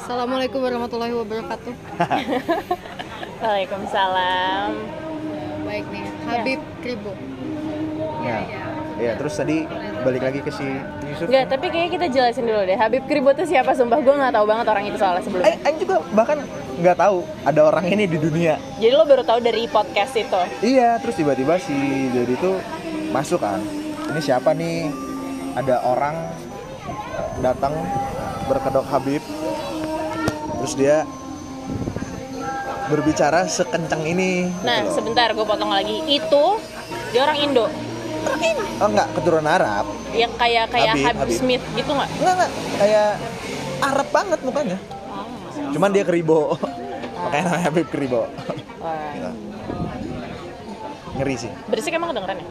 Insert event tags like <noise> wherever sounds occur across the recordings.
Assalamualaikum warahmatullahi wabarakatuh. Waalaikumsalam. Baik nih, Ya. Habib Kribo. Nah, ya terus tadi balik lagi ke si Yusuf. Enggak, tapi kayaknya kita jelasin dulu deh. Habib Kribo tuh siapa? Sumpah gue nggak tahu banget orang itu soalnya sebelumnya. Eh, Aing Aing juga bahkan nggak tahu ada orang ini di dunia. Jadi lo baru tahu dari podcast itu. Iya, terus tiba-tiba si Dedi itu masuk kan. Ini siapa nih? Ada orang datang berkedok Habib. Terus dia berbicara sekencang ini. Nah, gitu loh. sebentar gue potong lagi. Itu dia orang Indo. oh enggak, keturunan Arab. Yang kayak kayak Habib, Habib, Habib. Smith gitu nggak? Enggak, enggak, kayak Arab banget mukanya. Cuman dia keribo. <laughs> Makanya namanya Habib keribo. Wah. Gila. Ngeri sih. Berisik emang kedengeran ya?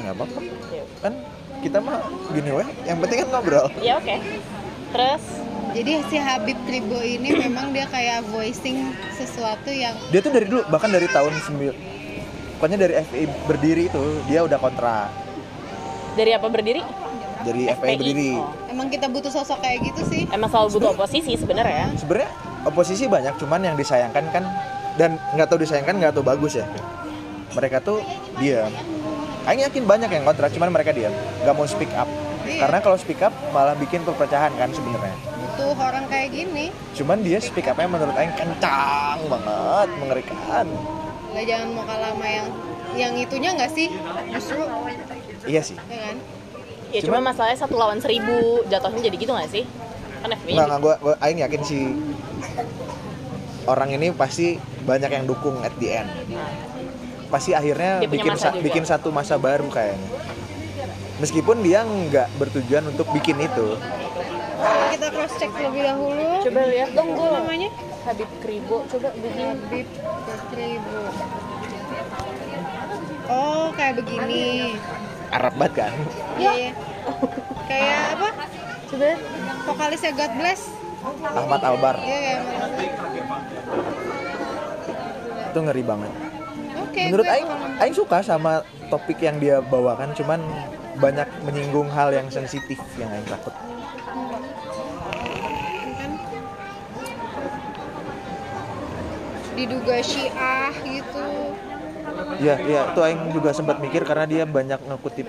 Enggak apa-apa. Ya. Kan kita mah gini weh, yang penting kan ngobrol. Ya oke. Terus Jadi si Habib Kribo ini memang dia kayak voicing sesuatu yang Dia tuh dari dulu bahkan dari tahun 9 Pokoknya dari FPI berdiri itu dia udah kontra dari apa berdiri? dari FPI FPI. berdiri. Oh. emang kita butuh sosok kayak gitu sih. Emang selalu butuh oposisi sebenarnya. ya? Sebenarnya oposisi banyak, cuman yang disayangkan kan dan nggak tahu disayangkan nggak tahu bagus ya. Mereka tuh diam. Aing yakin banyak yang kontra, cuman mereka diam, nggak mau speak up. Iya. Karena kalau speak up malah bikin perpecahan kan sebenarnya. Butuh orang kayak gini. Cuman dia speak up-nya menurut Aing kencang banget, mengerikan. Lah jangan mau kalah sama yang yang itunya nggak sih? Justru Iya sih. ya kan? Ya cuma masalahnya satu lawan seribu jatuhnya jadi gitu nggak sih? Kan FBI. Nggak, nggak, gua, gua- Aing yakin sih orang ini pasti banyak yang dukung at the end. Nah, Pasti akhirnya Dia punya bikin masa sa- juga. bikin satu masa baru kayaknya. Meskipun dia nggak bertujuan untuk bikin itu. Kita cross check terlebih dahulu. Coba lihat dong Apa gua. namanya? Habib Kribo coba begini. Habib Kribo. Oh, kayak begini. Arab banget kan? Iya. iya. Kayak apa? Coba. Vokalisnya God Bless. Ahmad Albar. Iya, kayak mana? Itu ngeri banget. Oke, Menurut gue Aing, paham. Aing suka sama topik yang dia bawakan, cuman banyak menyinggung hal yang sensitif yang Aing takut. kan diduga syiah gitu Iya, iya, itu Aing juga sempat mikir karena dia banyak ngekutip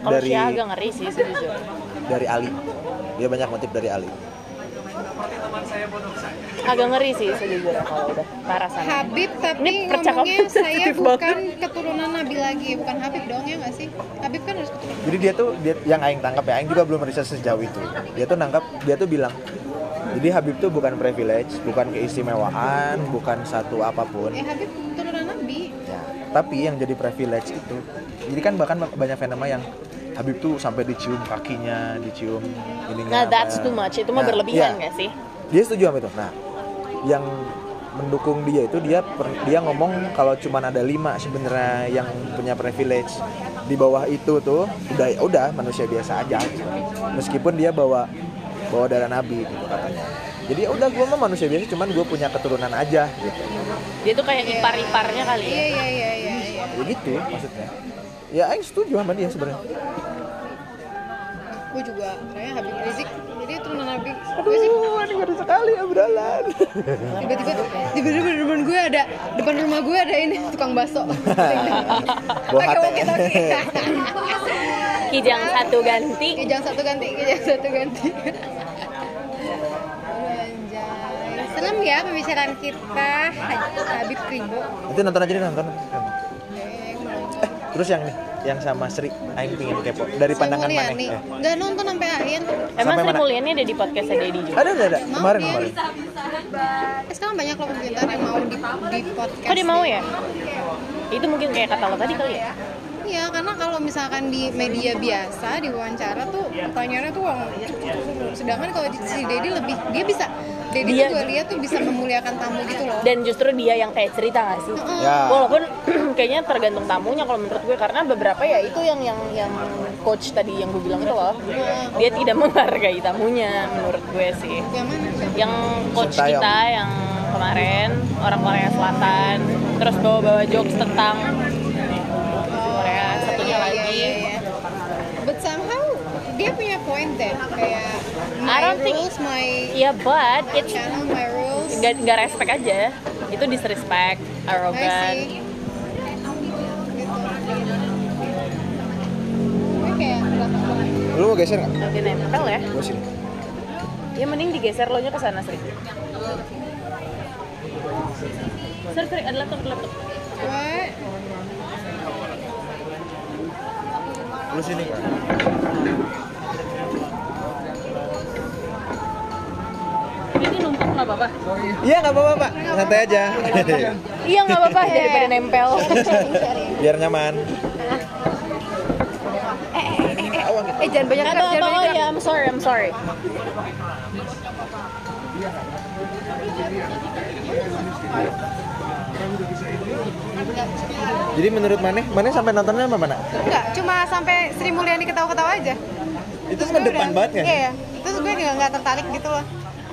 Kalau dari Syiah agak ngeri sih sejujurnya. dari Ali. Dia banyak ngutip dari Ali. agak ngeri sih sejujurnya kalau udah parah sana Habib tapi Ini percakapan ngomongnya saya sensitif bukan banget. keturunan Nabi lagi bukan Habib dong ya nggak sih Habib kan harus keturunan Jadi dia tuh dia, yang aing tangkap ya, aing juga belum riset sejauh itu. Dia tuh nangkap, dia tuh bilang jadi Habib tuh bukan privilege, bukan keistimewaan, bukan satu apapun. eh Habib keturunan Nabi Ya, tapi yang jadi privilege itu. Jadi kan bahkan banyak fenomena yang Habib tuh sampai dicium kakinya, dicium nah ininya. that's apa. too much itu mah Nah, berlebihan iya. nggak sih dia setuju sama itu nah yang mendukung dia itu dia per- dia ngomong kalau cuma ada lima sebenarnya yang punya privilege di bawah itu tuh udah ya udah manusia biasa aja meskipun dia bawa bawa darah nabi gitu katanya jadi ya udah gue mah manusia biasa cuman gue punya keturunan aja gitu dia tuh kayak ipar-iparnya kali ya iya iya iya iya iya ya gitu maksudnya ya Aing setuju sama dia sebenarnya aku juga kayak Habib Rizik jadi keturunan Nabi Gue sih aduh ini ngeri sekali obrolan <laughs> tiba-tiba tiba-tiba di depan gue ada depan rumah gue ada ini tukang bakso pakai Bohat walkie ya. talkie kijang satu ganti Kijang satu ganti, kijang satu ganti. Aduh, anjay. Serem ya pembicaraan kita Habib Kribo. itu nonton aja deh nonton Eh, terus yang nih yang sama Sri Aing pingin kepo dari pandangan Sri mana Eh. Mulyani. Nggak nonton sampai akhir. emang Sampai Sri mana? Mulyani ada di podcastnya Deddy juga ada ada ada Mau kemarin dia. kemarin Eh, sekarang banyak loh pembicaraan yang mau di, di podcast. kok dia mau ya itu mungkin kayak kata lo tadi kali ya Iya, karena kalau misalkan di media biasa di wawancara tuh pertanyaannya tuh uang sedangkan kalau di si Dedi lebih dia bisa Dedi Dia- tuh gue lihat tuh bisa memuliakan tamu gitu loh. dan justru dia yang kayak cerita nggak sih ya walaupun <clears throat> kayaknya tergantung tamunya kalau menurut gue karena beberapa ya itu yang yang yang coach tadi yang gue bilang itu loh dia tidak <laughs> menghargai tamunya menurut gue sih Yang mana? yang coach Sintayong. kita yang kemarin orang Korea Selatan terus bawa-bawa jokes tentang Korea satunya Iya, lagi iya, iya, iya. But somehow dia punya poin deh kayak my I don't think- rules, my Iya, but it's channel, my rules. nggak nggak respect aja. Itu disrespect, I arrogant. see. Gitu. Gue kayak berapa banget. Lu mau geser nggak? Nanti nempel ya. Gue sini. Ya mending digeser lo nya ke sana Sri. Sir, Sri, ada laptop, ada laptop. What? Lu sini kan? Ini numpuk nggak apa-apa? Iya nggak apa-apa pak, santai aja. <laughs> Iya nggak apa-apa <laughs> daripada nempel. Sharing, sharing. Biar nyaman. Eh jangan banyak Kata gerak, jangan oh banyak gerak. ya, I'm sorry, I'm sorry. Jadi menurut Maneh, Maneh sampai nontonnya apa mana? Enggak, cuma sampai Sri Mulyani ketawa-ketawa aja. Itu ngedepan banget kan? Iya, terus gue juga nggak tertarik gitu loh.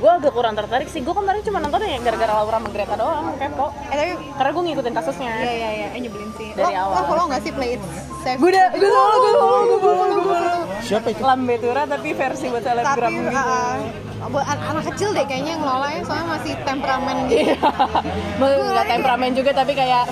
Gue agak kurang tertarik sih. Gue kemarin cuma nonton ya gara-gara Laura sama Greta doang, kepo. Eh tapi Karena gue ngikutin kasusnya. Iya iya iya, eh, nyebelin sih. Dari lo, awal. Lo follow nggak sih Play It Safe? Gue udah, gue follow, gue follow, gue follow, gue follow. Siapa itu? Lambetura tapi versi buat selebgram Tapi gitu. uh, buat an- anak kecil deh kayaknya yang ngelolanya soalnya masih temperamen gitu. Iya. nggak temperamen juga tapi kayak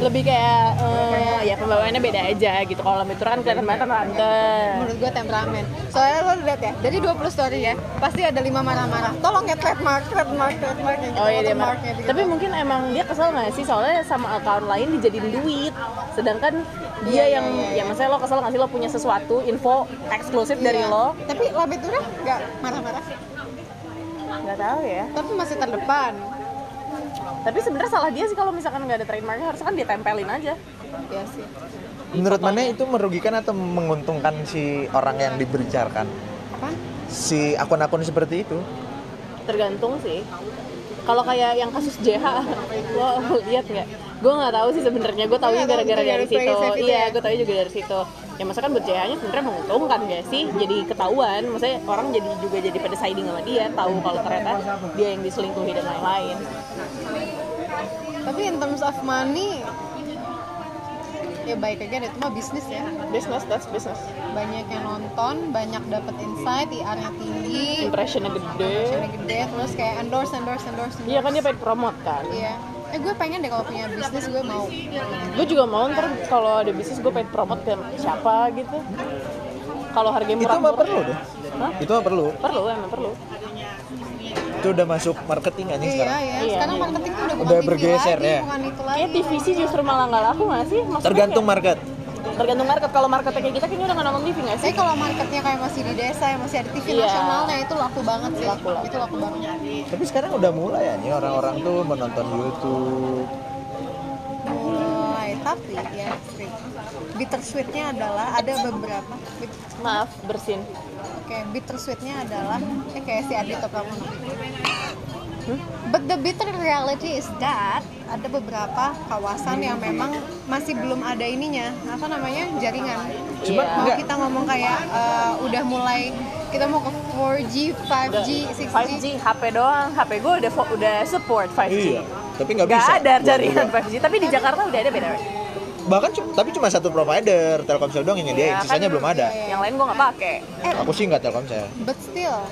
lebih kayak eh, ya pembawaannya beda aja gitu kalau lambe kan kelihatan banget tante Menurut gue temperamen. Soalnya lo lihat ya, dari 20 story ya, pasti ada 5 marah-marah. Tolong ya trademark, trademark, trademark yang gitu. oh iya dia marah. watermarknya gitu. tapi mungkin emang dia kesel nggak sih soalnya sama account lain dijadiin duit sedangkan dia yang ya maksudnya lo kesel nggak sih lo punya sesuatu info eksklusif dari Iya. lo Tapi Labetura nggak marah-marah, nggak tahu ya tapi masih terdepan. tapi sebenarnya salah dia sih kalau misalkan nggak ada trademarknya harusnya kan dia tempelin aja Iya sih. Menurut Maneh itu merugikan atau menguntungkan si orang yang dibericarkan? Apaan? Si akun-akun seperti itu? tergantung sih kalau kayak yang kasus JH lo lihat nggak gue nggak tahu sih sebenarnya gue tahunya Nggak tahu, gara-gara dari dari situ Playsafe itu ya? iya gue tahu juga dari situ ya masa kan buat JH nya sebenarnya menguntungkan gak sih jadi ketahuan maksudnya orang jadi juga jadi pada siding sama dia tahu kalau ternyata dia yang diselingkuhi dan lain-lain Tapi in terms of money, ya baik aja deh, itu mah bisnis ya. business that's business Banyak yang nonton, banyak dapat insight, IR-nya tinggi, impressionnya share gede gede, terus kayak endorse, endorse, endorse. endorse. iya kan dia pengen promote kan Iya. Eh gue pengen deh kalau punya bisnis gue mau. gue juga mau ntar kalau ada bisnis gue pengen promote ke siapa gitu kalau harganya Itu murah mah perlu deh. Hah? Itu mah perlu. perlu emang perlu Itu udah masuk marketing aja Iya, sekarang. iya. Iya, Sekarang iya. marketing tuh udah bukan Udah TV bergeser lagi, ya. bukan itu lagi. Kayaknya TVC justru malah nggak laku nggak sih? Maksudnya Tergantung kayak- market. tergantung market. Kalau marketnya kayak kita kayaknya udah nggak nonton TV nggak sih? Tapi kalau marketnya kayak masih di desa, ya masih ada TV Iya. nasionalnya itu laku banget sih. Laku, laku. Itu laku banget. Tapi sekarang udah mulai ya nih orang-orang tuh menonton YouTube. Mulai tapi ya sweet. Bittersweetnya adalah ada beberapa bit- Iya. Maaf, bersin. Oke, bittersweetnya adalah eh, kayak si Adito Pramono. But the bitter reality is that ada beberapa kawasan yang memang masih belum ada ininya, apa namanya jaringan. Cuma Mau enggak. kita ngomong kayak eh, udah mulai kita mau ke 4G, 5G, 5G, 6G. HP doang. HP gue udah fo- udah support 5G. Iya. Tapi nggak Gak, bisa. Iya. ada buat jaringan gua. 5G, tapi di Jakarta udah ada beda. Bahkan cu- tapi cuma satu provider, Telkomsel doang yang nyediain, Iya, sisanya kan- belum ada. iya, Yang lain gue nggak pakai. Eh, Aku sih nggak Telkomsel. but still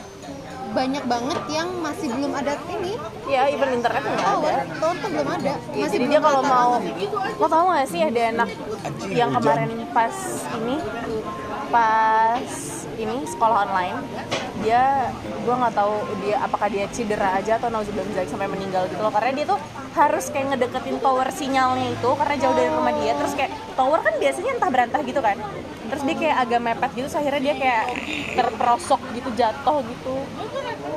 banyak banget yang masih belum ada ini Ya, even internet nggak ada. tower, tower tuh belum ada. Masih Jadi belum dia kalau rata-rata. mau, lo tau gak sih ada anak Anjing, yang hujan. kemarin pas ini, pas ini sekolah online, dia gue nggak tahu dia apakah dia cedera aja atau nauzubillah sampai meninggal gitu loh karena dia tuh harus kayak ngedeketin tower sinyalnya itu karena jauh dari rumah dia terus kayak tower kan biasanya entah berantah gitu kan terus dia kayak agak mepet gitu so akhirnya dia kayak terperosok gitu jatuh gitu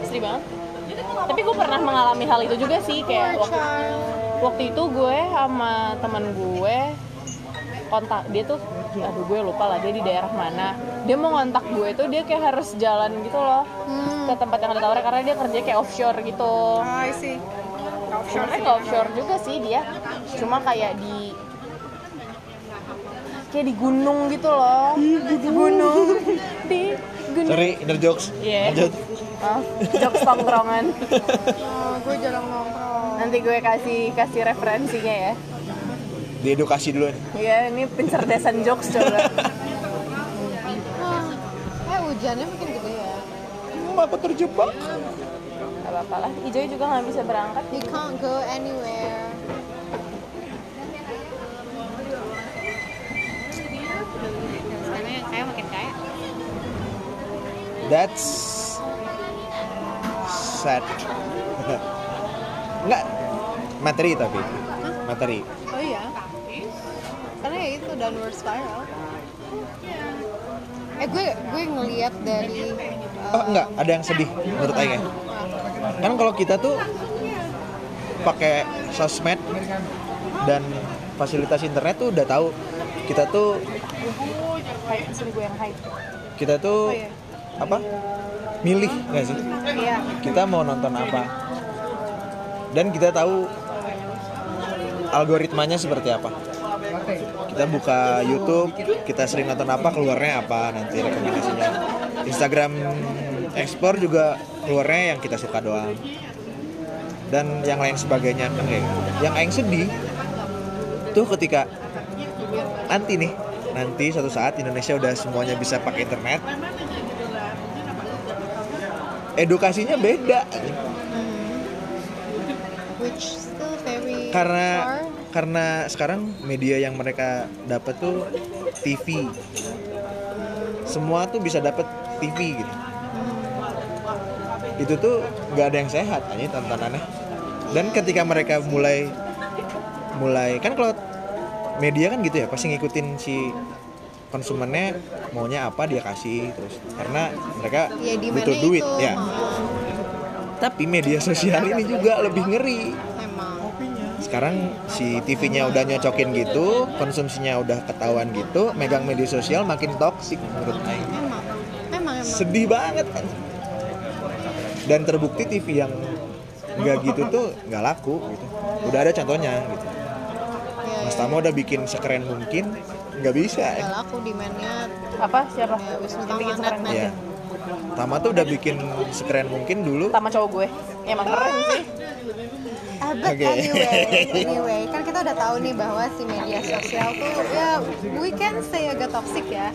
sedih banget tapi gue pernah mengalami hal itu juga sih kayak waktu waktu itu gue sama temen gue kontak dia tuh aduh gue lupa lah dia di daerah mana dia mau kontak gue tuh dia kayak harus jalan gitu loh ke tempat yang ada tawarnya karena dia kerja kayak offshore gitu Ah, I see. sebenarnya nggak offshore juga sih dia cuma kayak di kayak di gunung gitu loh di gunung <laughs> di gunung Sorry, inner jokes. Iya. Lanjut. Maaf, jokes tongkrongan Oh, gue jarang nongkrong. nanti gue kasih kasih referensinya ya Diedukasi dulu nih. Iya, ini pencerdasan jokes coba. Ah, eh hujannya makin gede ya. aku Hmm, terjebak. Gak apa-apa lah. Ijoy juga nggak bisa berangkat. We can't go anywhere. Karena yang kaya makin kaya. That's sad. <laughs> Enggak materi tapi materi. Oh iya. Karena ya itu downward spiral. Eh gue gue ngelihat dari uh, Oh enggak, ada yang sedih menurut Aing. ya. Kan kalau kita tuh pakai sosmed dan fasilitas internet tuh udah tahu kita tuh Hai, sini gue yang hai. kita tuh apa? Milih nggak sih? Iya. Kita mau nonton apa? Dan kita tahu algoritmanya seperti apa. Kita buka YouTube, kita sering nonton apa, keluarnya apa nanti rekomendasinya. Instagram explore juga keluarnya yang kita suka doang. Dan yang lain sebagainya kan kayak gitu. Yang aing sedih tuh ketika nanti nih, nanti suatu saat Indonesia udah semuanya bisa pakai internet. Edukasinya beda. which still very karena far. karena sekarang media yang mereka dapat tuh TV semua tuh bisa dapat TV gitu itu tuh nggak ada yang sehat aja tontonannya dan ketika mereka mulai mulai kan kalau media kan gitu ya pasti ngikutin si konsumennya maunya apa dia kasih terus karena mereka ya di mana butuh itu duit ya oh, tapi media sosial ini juga lebih ngeri emang sekarang si TV-nya udah nyocokin gitu, konsumsinya udah ketahuan gitu, megang media sosial makin toksik menurut Aing. emang emang emang Sedih banget kan. Dan terbukti TV yang nggak gitu tuh nggak laku gitu. Udah ada contohnya gitu. ya, Mas ya. Tama udah bikin sekeren mungkin, nggak bisa ya. Gak laku demandnya Apa? Siapa? ya Wisnu Yang bikin Tamanet sekeren. nanti Iya. Tama tuh udah bikin sekeren mungkin dulu. Tama cowok gue. Ya, Emang keren sih. Ah, but Oke. <laughs> anyway, anyway, kan kita udah tahu nih bahwa si media sosial tuh ya we can say agak toxic ya.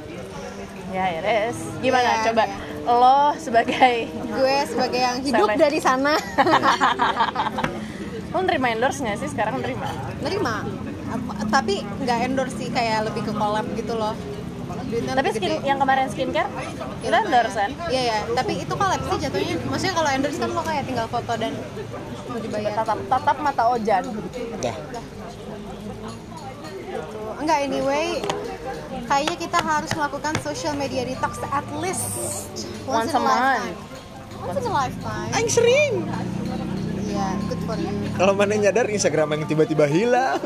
Ya, Iris. Gimana? Iya, Coba lo sebagai <laughs> Gue sebagai yang hidup Sama. dari sana Iya. lo nerima endorse nggak sih sekarang nerima? <laughs> nerima, Apa- tapi nggak endorse sih kayak lebih ke collab gitu loh. Duitnya Tapi lebih skin gede. yang kemarin skincare Ya, kita endorse kan? Iya ya, tapi itu collab sih jatuhnya. Maksudnya kalau endorse kan lo kayak tinggal foto dan mau dibayar. Tatap, tatap mata Ojan. Dah. Enggak anyway, kayaknya kita harus melakukan social media detox at least Once a lifetime. month. Once in a lifetime. Aing sering. Iya, good for you. Kalau mana nyadar Instagram yang tiba-tiba hilang.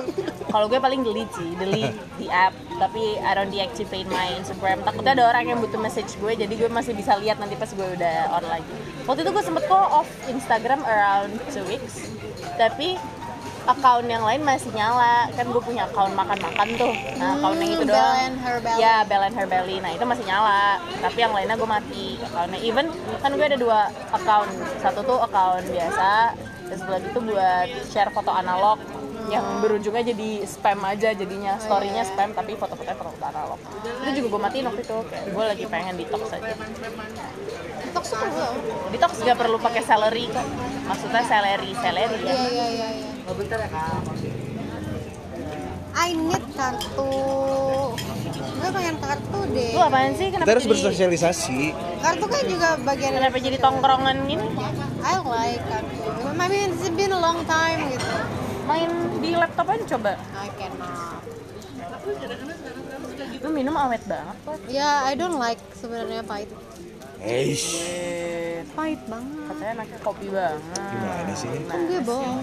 Kalau gue paling delete sih, delete the app. Tapi I don't deactivate my Instagram. Takutnya ada orang yang butuh message gue, jadi gue masih bisa lihat nanti pas gue udah on lagi. Waktu itu gue sempet kok off Instagram around two weeks, tapi account yang lain masih nyala kan gue punya account makan-makan tuh nah account yang itu Hmm, Bell doang and Her Belly. ya Bell and Her Belly. nah itu masih nyala tapi yang lainnya gue mati accountnya even kan gue ada dua account satu tuh account biasa dan sebelah itu buat share foto analog yang berujungnya jadi spam aja jadinya storynya spam tapi foto-fotonya foto analog itu juga gue matiin waktu itu kayak gue lagi pengen detox aja Detox tuh perlu. Iya. loh. detox gak perlu pakai salary kok maksudnya salary salary ya Iya, iya, iya, iya. I need kartu. Gue pengen kartu deh. lu apaan sih kenapa Kita harus jadi- bersosialisasi. Kartu kan juga bagian Kenapa jadi tongkrongan gini? I like kartu. Maybe it's been a long time gitu. Main di laptop aja coba. I cannot. Lu minum awet banget kok. Ya, I don't like sebenarnya pahit. Eish, <laughs> Pahit banget. Eh, Katanya anaknya kopi banget. gimana sih? ini? Kan gue bohong.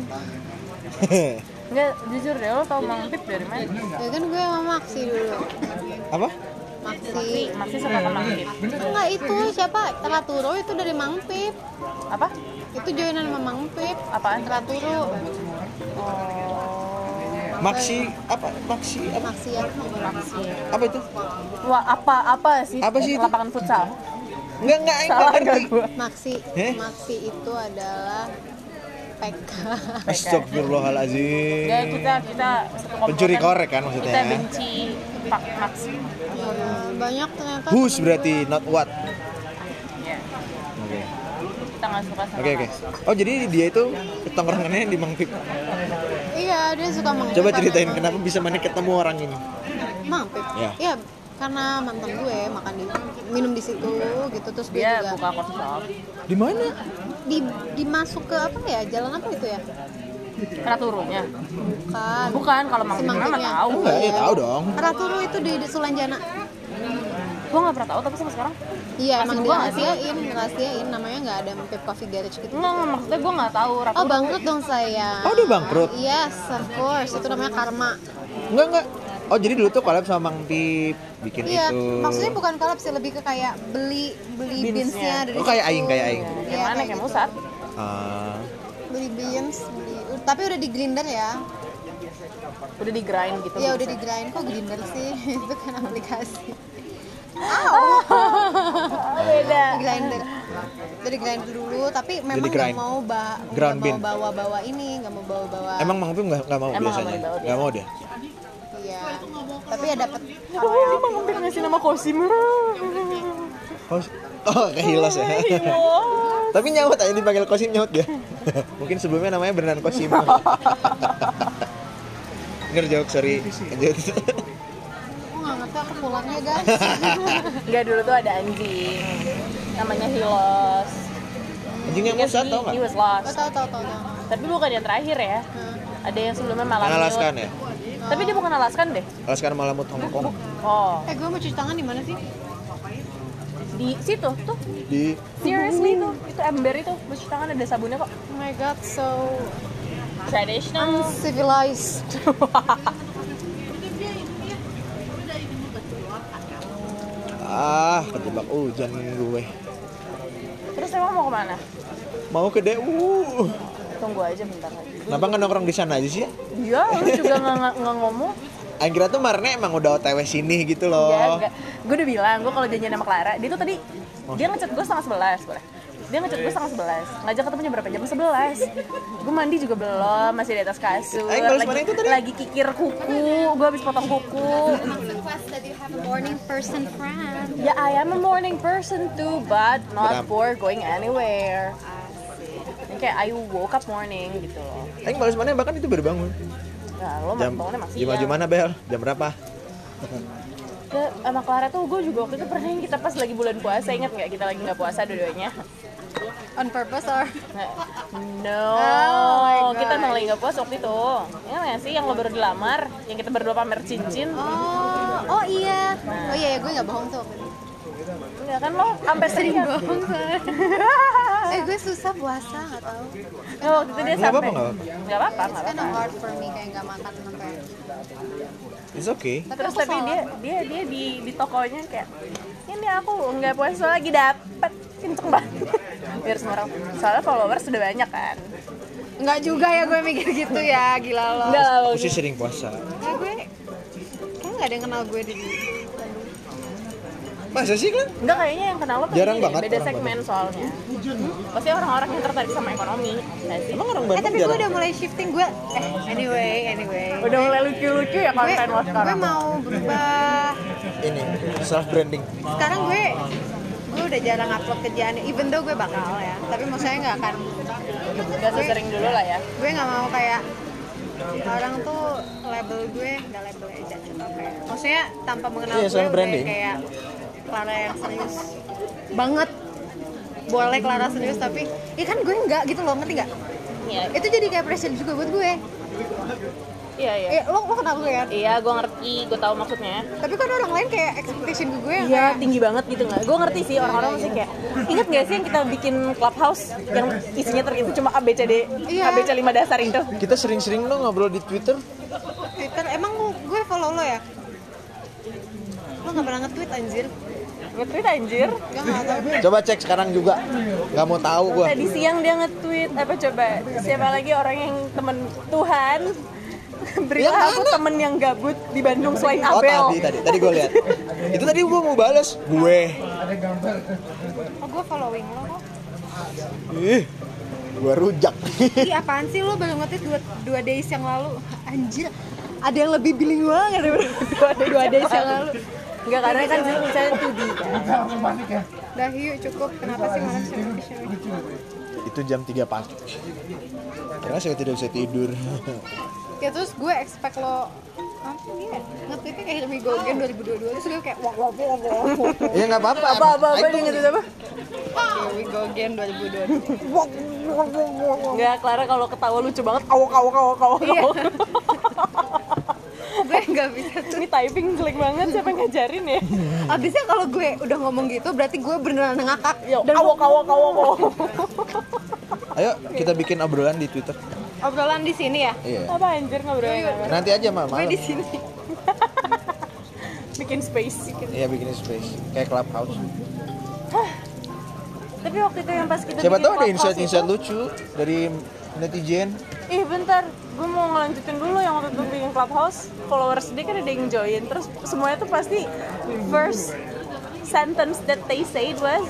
Enggak, jujur deh lo tau Mang Pip dari mana? Ya kan gue sama Maksi dulu. Apa? Maksi. Masih suka sama Mang Pip. Enggak itu siapa? Raturo itu dari Mang Pip. Apa? Itu joinan sama Mang Pip. Apaan? Oh. Raturo. Maxi apa? Maxi apa? Maksi ya. Maksi. Apa itu? Wah, apa apa sih? Apa sih itu? Lapangan futsal. Enggak enggak aing Salah enggak enggak ngerti. gua? Maksi. Eh? Maksi itu adalah PK. Astagfirullahalazim. Enggak, Ya, kita kita satu komponen. Eh. Pencuri korek kan Kita maksudnya. ya? benci Pak Max. Ya, banyak ternyata. Who's berarti not what. Iya. Oke. kita nggak suka sama Oke oke. Oh jadi dia itu tongkrongannya di Mang Pip. Iya, dia suka mangpip. Coba ceritain memang. kenapa bisa mana ketemu orang ini. Mangpip. Iya. Iya, karena mantan gue makan di minum di situ gitu terus gue dia juga buka coffee shop Di mana? di dimasuk ke apa ya? Jalan apa itu ya? Kan. Ratu Runya Bukan. bukan kalau Mang Pip mah Semangkanya. tahu Enggak, ya tahu dong. Ratu lu itu di, di Sulanjana. gue nggak pernah tahu tapi sampai sekarang Iya, Masih emang gua dia nggak sih? rahasiain, rahasiain namanya nggak ada Mangpip Coffee Garage gitu. nggak nggak, maksudnya gue nggak tahu Ratu Oh bangkrut dong saya. Oh, dia bangkrut? Yes, of course. Itu namanya karma. Enggak enggak. Oh jadi dulu tuh collab sama Mang Pip bikin Iya, itu. maksudnya bukan kalap sih lebih ke kayak beli beli Beans-nya. beansnya dari Oh kayak situ. aing kayak aing. yang Iya, mana kayak kayak gitu. musat Ah. Beli beans, beli, tapi udah di grinder ya. udah di grind gitu Iya udah biasanya. di grind kok grinder sih <laughs> itu kan aplikasi Oh, beda Iya, grinder. Jadi grinder dulu tapi memang Jadi nggak grind. mau ba nggak Ground mau bean. bawa bawa ini nggak mau bawa bawa. Emang Mang Pip nggak nggak mau Emang biasanya. nggak mau dia. Nggak mau dia. Iya. Tapi ya dapat oh dia mau ngambil ngasih nama Kosim <laughs> Oh, <laughs> oh kayak hilas ya. Iya. Tapi nyaut aja dipanggil Kosim nyaut dia. <laughs> Mungkin sebelumnya namanya beneran <laughs> Kosim. Nggak jawab sorry. Iya Lanjut. aku nggak ngerti aku pulangnya <laughs> guys. nggak dulu tuh ada anjing namanya Hilos Anjingnya musat tau He nggak? was lost Oh, tahu tahu tahu tahu. tapi bukan yang terakhir ya Nah, ada yang sebelumnya malam Yang Alaskan ya. tapi dia bukan Alaskan deh Alaskan Malamut Hong Kong oh Eh gue mau cuci tangan di mana sih? di situ tuh di seriously tuh itu ember itu cuci tangan ada sabunnya kok Oh my god so traditional civilized. ah kejebak hujan gue. terus emang mau kemana Mau ke DU. tunggu aja bentar lagi Kenapa nggak nongkrong di sana aja sih ya? iya lu juga nggak nggak- nggak ngomong Aing kira tuh Marne emang udah otw sini gitu loh. Iya, enggak. Gue udah bilang, gue kalau janjian sama Clara, dia tuh tadi Oh. dia ngechat gue setengah sebelas, boleh. Dia ngechat gue setengah sebelas, ngajak ketemunya berapa jam? Sebelas. Gue mandi juga belum, masih di atas kasur. Eh, balas lagi, mana itu tadi? lagi kikir kuku, gue habis potong kuku. Morning person friend. Ya, I am a morning person too, but not Kenapa? for going anywhere. Ini kayak I woke up morning gitu loh. Aing balas mana bahkan itu baru bangun. Nah, lo Jam bangunnya masih jam siang. mana Bel? Jam berapa? ke sama Clara tuh gue juga waktu itu pernah yang kita pas lagi bulan puasa ingat nggak kita lagi nggak puasa dua-duanya On purpose or? Nggak. no Oh my God. kita emang lagi nggak puasa waktu itu Ingat nggak sih yang lo baru dilamar yang kita berdua pamer cincin Oh, oh iya. Oh iya, ya, gue nggak bohong tuh. waktu itu. Enggak kan lo sampai sering bohong Eh gue susah puasa nggak tahu. Nggak, <laughs> waktu itu dia Nggak sampai apa-apa, nggak apa-apa. nggak apa-apa nggak Kind apa-apa of hard for me kayak nggak makan sampai. It's okay. Tapi terus aku tapi salah. dia dia dia di di tokonya kayak ini aku nggak puasa lagi dapet kenceng banget biar semua orang soalnya followers sudah banyak kan nggak juga ya gue mikir gitu ya, gila lo. enggak lah Aku waktu sih sering puasa. Eh, gue kayak nggak ada yang kenal gue di Masa sih kan? Enggak kayaknya yang kenal lo tuh Jarang ini deh, banget beda orang segmen soalnya. Pasti orang-orang yang tertarik sama ekonomi. nggak sih? Emang orang Eh Bandung tapi gue jarang? udah mulai shifting gue. Eh anyway anyway. Udah mulai lucu-lucu ya Gue, konten lo gue sekarang. mau berubah. Ini self branding. Sekarang gue gue udah jarang upload kerjaan, even though gue bakal ya. Tapi maksudnya nggak akan Gak sesering dulu lah ya. gue nggak mau kayak orang tuh label gue nggak label aja gitu kayak maksudnya tanpa mengenal Iya, gue soal udah branding. kayak Clara yang serius banget boleh Clara serius tapi ya kan gue nggak gitu loh ngerti nggak Iya, itu jadi kayak pressure juga buat gue iya, iya. eh, lo lo kenal gue ya Iya, gue ngerti, gue tahu maksudnya. tapi kan orang lain kayak expectation ke gue yang Iya, kayak tinggi banget gitu nggak? Gue ngerti sih orang-orang masih kayak, inget gak sih yang kita bikin clubhouse yang isinya terisi cuma ABCD, Iya. ABC 5 dasar itu? Kita sering-sering lo ngobrol di Twitter. Twitter emang lo- gue follow lo ya lo nggak pernah nge-tweet anjir Nge-tweet anjir. gue nggak tahu Coba cek sekarang juga. Gak mau tahu gua. Tadi siang dia nge-tweet apa coba siapa lagi orang yang temen Tuhan <laughs> berilah Yang aku mana? temen yang gabut di Bandung selain Oh tadi Abel. tadi tadi gue lihat. Itu tadi gua mau balas. Gue. oh, gue following lo kok Ih. Gua rujak. <laughs> Ih apaan sih lo baru nge-tweet dua, dua days yang lalu Anjir ada yang lebih bilingual gak ada <laughs> Dua ada dua ada days yang lalu Enggak karena kan misalnya tuh di Dah yuk cukup. Kenapa sih malam sama Vision Week? Itu jam 3 pagi. Karena saya tidak bisa tidur. <laughs> Ya terus gue expect lo apa ya? Nge-tweetnya kayak Hilmi Gogen 2022 terus gue kayak wow wow wow wow wow. ya nggak apa-apa. apa apa apa dia gitu apa? Hilmi Gogen 2022. Enggak Clara kalau ketawa lucu banget. Awok awok awok awok. Iya. awok. gue nggak bisa tuh. Ini typing jelek banget siapa yang ngajarin ya? Abisnya kalau gue udah ngomong gitu berarti gue beneran ngakak. Yo, awok awok awok awok. Ayo kita bikin obrolan di Twitter. Obrolan di sini ya. Iya. Apa anjir ngobrolin apa? Nanti aja mah Gue malam. di sini. Bikin space. Iya bikin space kayak clubhouse. Tapi waktu itu yang pas kita Siapa bikin tahu ada podcast insight-insight itu- lucu dari netizen. Ih bentar, gue mau ngelanjutin dulu yang waktu itu bikin clubhouse Followers dia kan ada yang join Terus semuanya tuh pasti first sentence that they said was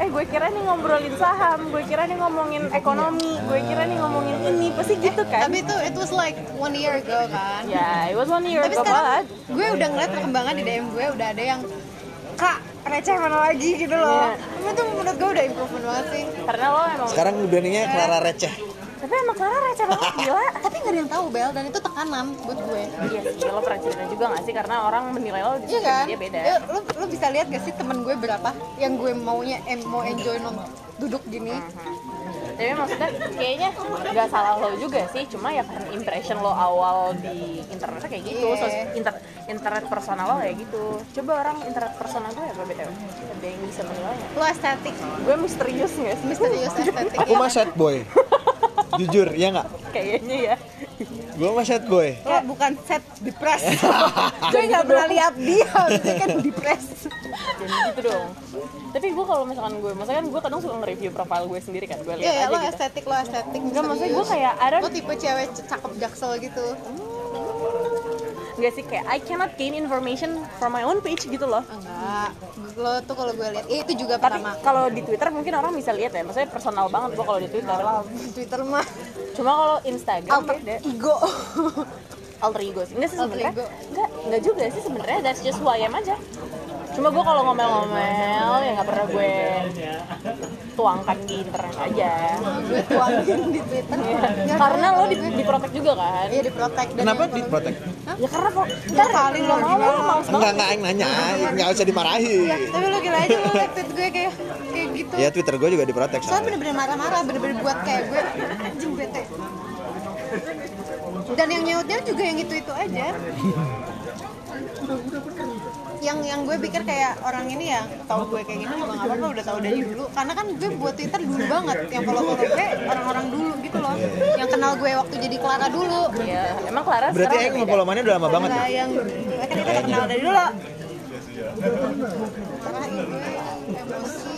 Eh gue kira nih ngobrolin saham, gue kira nih ngomongin ekonomi, gue kira nih ngomongin ini Pasti gitu kan? Eh, Tapi itu it was like one year ago kan. Ya, it was one year Tapi ago sekarang banget gue udah ngeliat perkembangan di DM gue udah ada yang kak receh mana lagi gitu Iya. loh. Tapi itu menurut gue udah improvement banget sih. Karena lo emang Sekarang beraninya Clara receh. Tapi emang Clara receh banget, gila Tapi nggak ada yang tahu Bel dan itu tekanan buat gue. Iya sih, lo pernah cerita juga gak sih? Karena orang menilai lo di Iya sosial kan? media beda Ya, lu, lu bisa lihat gak sih temen gue berapa yang gue maunya em, mau enjoy nonton duduk gini. tapi maksudnya kayaknya nggak salah lo juga sih cuma ya karena impression lo awal di internet kayak gitu Iya. sos- inter- internet personal lo kayak gitu coba orang internet personal gue apa btw ada yang bisa menilai nggak? Lu estetik, gue misterius nggak sih misterius estetik. Aku ya mah kan? sad boy. Jujur ya nggak? <laughs> kayaknya ya Gua mah sad boy. Lo bukan set depres. <laughs> gue nggak pernah lihat dia, dia kan depres. jadi gitu dong tapi gue kalau misalkan gue maksudnya kan gue kadang suka nge-review profile gue sendiri kan gue lihat Iya, ya, aja lo gitu estetik, lo estetik. Enggak, maksudnya gue misterius. kayak I lo don't tipe cewek c- cakep jaksel gitu. nggak sih kayak I cannot gain information from my own page gitu loh Enggak. Lo tuh kalau gue lihat, eh, itu juga tapi pertama. kalau di Twitter mungkin orang bisa lihat ya maksudnya personal banget gue kalau di Twitter Twitter mah Cuma kalau Instagram alter beda. <laughs> ego. Alter ego sih. Enggak sih Alter sebenarnya. ego. Enggak, enggak juga sih sebenarnya. That's just who I am aja. Cuma gue kalau ngomel-ngomel ya nggak pernah gue tuangkan di internet aja. gue tuangin di Twitter. Ya, Iya. Karena lo di, kalau gue- diprotek juga kan? Iya diprotek. Dan Kenapa yang di kalau- protect? Ya karena kok ntar paling nggak lo mau lo gimana? mau Iya. Enggak enggak yang nanya, enggak usah dimarahin. tapi lu gila aja lu liat tweet gue kayak kayak gitu Ya Twitter gue juga di protect. soalnya bener-bener marah-marah bener-bener buat kayak gue anjing bete dan yang nyautnya juga yang itu itu aja yang yang gue pikir kayak orang ini ya tahu gue kayak gini juga nggak apa-apa udah tahu dari dulu karena kan gue buat twitter dulu banget yang follow follow gue orang-orang dulu gitu loh yang kenal gue waktu jadi Clara dulu Iya, emang Clara Berarti sekarang yang udah beda. ngepolomannya udah lama banget ya? nah yang gue kan kita udah kenal dari dulu marah gue emosi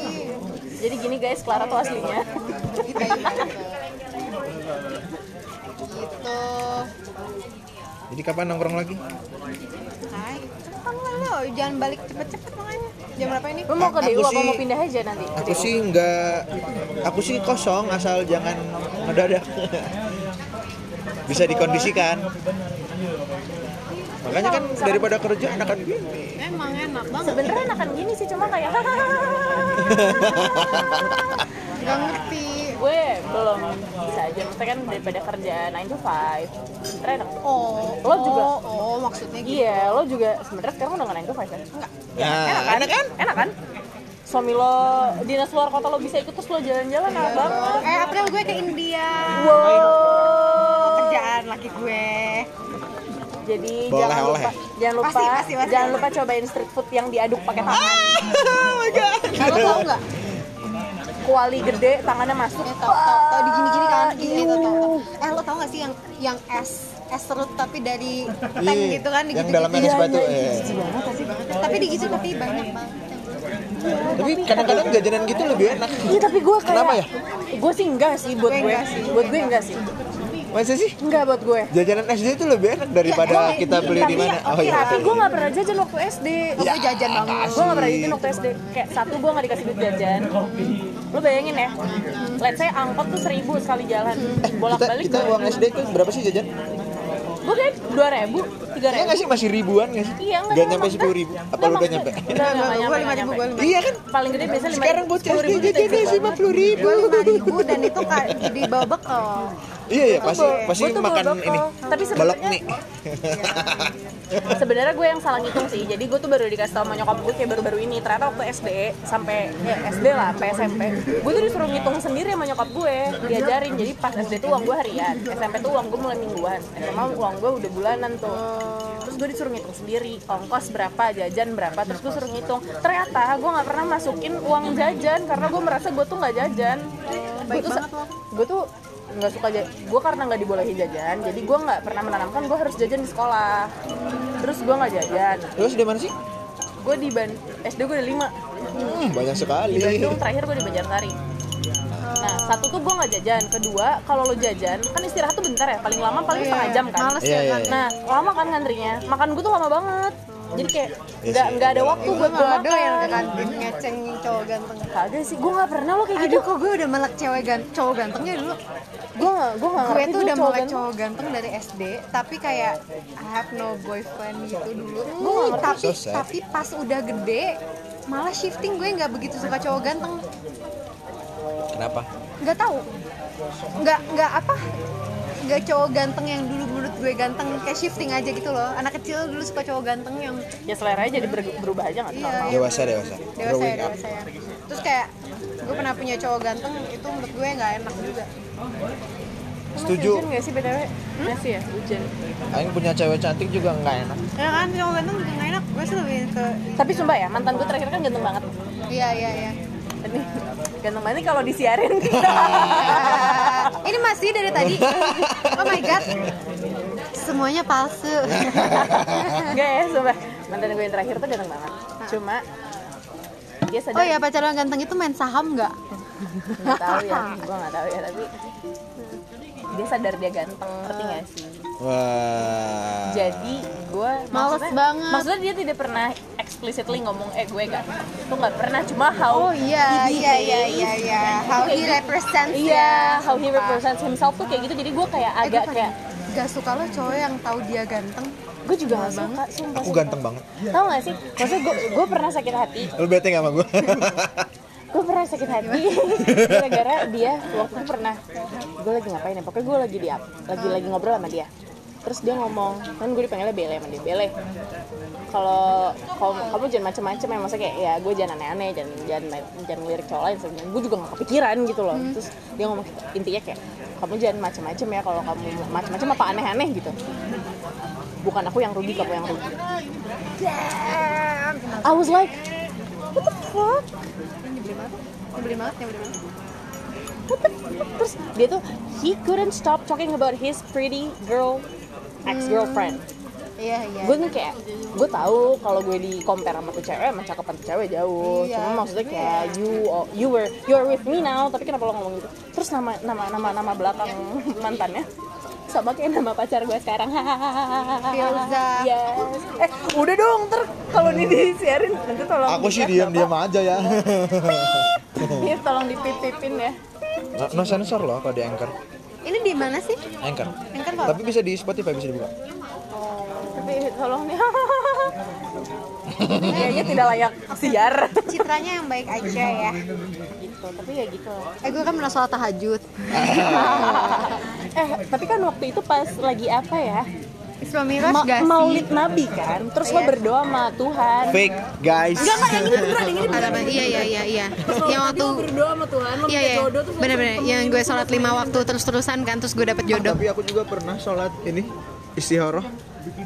Jadi gini guys, Clara tuh aslinya. kita gitu gitu Jadi kapan nongkrong lagi? Hai, cepetan lah lo jangan balik cepet-cepet makanya jam berapa ini Lo mau ke Aku DU apa sih- mau pindah aja nanti? ke Aku DU? sih nggak, aku sih kosong asal jangan mendadak. Bisa dikondisikan. Makanya kan daripada kerja anak kan gini. emang enak banget Sebenernya enakan gini sih, cuma <laughs> kayak <laughs> kan? nggak ngerti gue belum bisa aja maksudnya kan daripada kerja 9 to 5 sebenernya enak oh Lo juga? oh, oh maksudnya gitu iya lo juga sebenernya sekarang udah gak 9 to 5 kan enggak Nah, enak kan? enak kan suami lo dinas luar kota lo bisa ikut terus lo jalan-jalan enak banget eh April gue ke India wow kerjaan laki gue jadi Boleh, jangan lupa oleh. jangan lupa Pasti, pasti, pasti. Ah! jangan lupa cobain street food yang diaduk pakai tangan Oh my god. lo tau nggak kuali gede tangannya masuk Ah, iya. eh tau tau tau di gini gini kan Wah, gini tau tau iuh. tau. eh lo tau nggak sih yang yang es es serut tapi dari tank Ih, gitu kan iya. yang digitu-gitu. dalamnya ada sepatu. eh. tapi digigit tapi banyak banget Tapi kadang-kadang jajanan gitu lebih enak. Iya tapi gue kayak Kenapa ya? Gue sih enggak sih buat Gue gue, enggak sih. buat gue enggak sih. Masa sih? Enggak buat gue. Jajanan SD itu lebih enak daripada Iya, kita beli di tapi, mana. Oh iya. tapi gue gak pernah jajan waktu SD Lo gue jajan banget gue gak pernah jajan waktu SD kayak satu gue gak dikasih duit jajan lo bayangin ya let's say angkot tuh seribu sekali jalan bolak Eh, Kita, balik kita uang SD itu berapa sih jajan? gue kayak dua ribu tiga Iya ribu nggak sih masih ribuan nggak sih? Iya, nggak Gak nyampe. nyampe sepuluh ribu. Apa lu udah nyampe? Enggak, enggak, enggak gue nyampe, lima ribu enggak gue lima Iya kan? nyampe. paling gede biasanya lima Sekarang bocah sepuluh ribu Iya, tuh SD jajannya expensive sih banget. puluh ribu. gue lima ribu dan itu ka- di bawah bekal Iya iya pasti Gua- pasti gua tuh makan bawa bekal. ini. Tapi balok sebenarnya- nih. sebenarnya gue yang salah ngitung sih jadi gue tuh baru dikasih tau sama nyokap gue kayak baru-baru ini ternyata waktu SD sampai ya SD lah sampai SMP gue tuh disuruh ngitung sendiri sama nyokap gue diajarin jadi pas SD tuh uang gue harian SMP tuh uang gue mulai mingguan SMA uang gue udah bulanan tuh terus gue disuruh ngitung sendiri ongkos berapa jajan berapa terus gue suruh ngitung ternyata gue nggak pernah masukin uang jajan karena gue merasa gue tuh nggak jajan gue tuh gue tuh nggak suka gue karena nggak dibolehin jajan jadi gue nggak pernah menanamkan gue harus jajan di sekolah terus gue nggak jajan Lu sudah mana sih? gue di Ban SD gue ada lima Hmm, banyak sekali. di Bandung terakhir gue di Banjarsari nah satu tuh gue nggak jajan kedua kalau lo jajan kan istirahat tuh bentar ya paling lama paling setengah jam kan males ya Iya, iya, kan iya. nah lama kan ngantrinya makan gue tuh lama banget jadi kayak Iya nggak sih, nggak ada iya. waktu gue buat gue nggak ada makan yang ke kantin ngeceng cowok ganteng kagak sih gue nggak pernah lo kayak gitu aduh kok gue udah melek cewek gan cowok gantengnya dulu gue nggak gue nggak gue ngerti tuh dulu udah cowok mulai ganteng. cowok ganteng dari SD tapi kayak I have no boyfriend gitu dulu Gue nggak ngerti. tapi So sad. tapi pas udah gede malah shifting gue nggak begitu suka cowok ganteng nah. Kenapa? nggak tahu nggak nggak apa nggak cowok ganteng yang dulu menurut gue ganteng kayak shifting aja gitu loh anak kecil dulu suka cowok ganteng yang ya selera jadi ber- berubah aja nggak sih, Iya, normal Dewasa dewasa. dewasa ya Growing up. dewasa ya terus kayak gue pernah punya cowok ganteng itu menurut gue nggak enak juga Masih Setuju. hujan nggak sih btw masih ya hujan Aing punya cewek cantik juga nggak <laughs> enak. ya kan cowok ganteng juga nggak enak gue sih lebih ke tapi sumpah ya mantan gue terakhir kan ganteng banget iya iya iya ini ganteng banget nih kalau <laughs> disiarin Ah, ini masih dari tadi oh my god semuanya palsu Enggak ya, sumpah. Mantan gue yang terakhir tuh ganteng banget. Cuma dia sadar oh ya pacar lo yang ganteng itu main saham nggak nggak tahu ya, gue nggak tahu ya tapi dia sadar dia ganteng, ngerti nggak sih? Wah. Jadi gue Males maksudnya- banget. Maksudnya dia tidak pernah explicitly ngomong eh gue ganteng. Itu nggak pernah, cuma how Oh iya, he gitu. iya, iya, behaves. iya, iya. How he represents Iya, ya. how he represents himself tuh kayak gitu. Jadi gue kayak Eh, agak gue kayak paling Gak suka lo cowok yang tahu dia ganteng. gue juga nggak suka, sumpah. Aku ganteng banget. Tahu nggak sih? Maksudnya gue gue pernah sakit hati Lu bete gak sama gue? gue pernah sakit hati gara-gara dia waktu itu pernah gue lagi ngapain ya pokoknya gue lagi di ap- lagi lagi ngobrol sama dia terus dia ngomong kan gue dipanggilnya bele sama dia bele kalau kalau kamu jangan macem-macem ya maksudnya kayak ya gue jangan aneh-aneh jangan jangan jangan ngelirik cowok lain sebenarnya gue juga gak kepikiran gitu loh terus dia ngomong gitu, intinya kayak kamu jangan macem-macem ya kalau kamu macem-macem apa aneh-aneh gitu bukan aku yang rugi kamu yang rugi I was like what the fuck Beli banget ya, beli banget. terus dia tuh he couldn't stop talking about his pretty girl ex girlfriend Iya, iya. gue tuh kayak gue tahu kalau gue di compare sama tuh cewek emang cakepan tuh cewek jauh Iya, cuma maksudnya kayak you you were you are with me now tapi kenapa lo ngomong gitu terus nama nama nama nama belakang <laughs> mantannya sama kayak nama pacar gue sekarang <laughs> Filza. yes eh udah dong ter kalau ini disiarin nanti tolong Aku sih di-cut, diam-diam Bapak. aja ya. Iya, tolong dipipipin ya No, <laughs> no sensor loh kalau di anchor. Ini di mana sih? Anchor. Anchor apa? Tapi bisa di Spotify bisa dibuka. Oh. tapi tolong nih <laughs> kayaknya tidak layak siar Citranya yang baik aja ya. gitu tapi ya gitu Eh, gue kan pernah sholat tahajud. <laughs> eh tapi kan waktu itu pas lagi apa ya Isma Miraj Ma- gak sih? Maulid Nabi kan terus lo berdoa sama Tuhan Fake guys. enggak enggak yang ini beneran yang ini Ada apa? Iya, iya, iya, iya. Yang waktu lo berdoa sama Tuhan lo Iya, minta iya. jodoh terus lo Bener-bener. ketemu. Yang gue sholat lima waktu terus-terusan kan, terus gue dapet jodoh. Tapi aku juga pernah sholat ini istihoroh.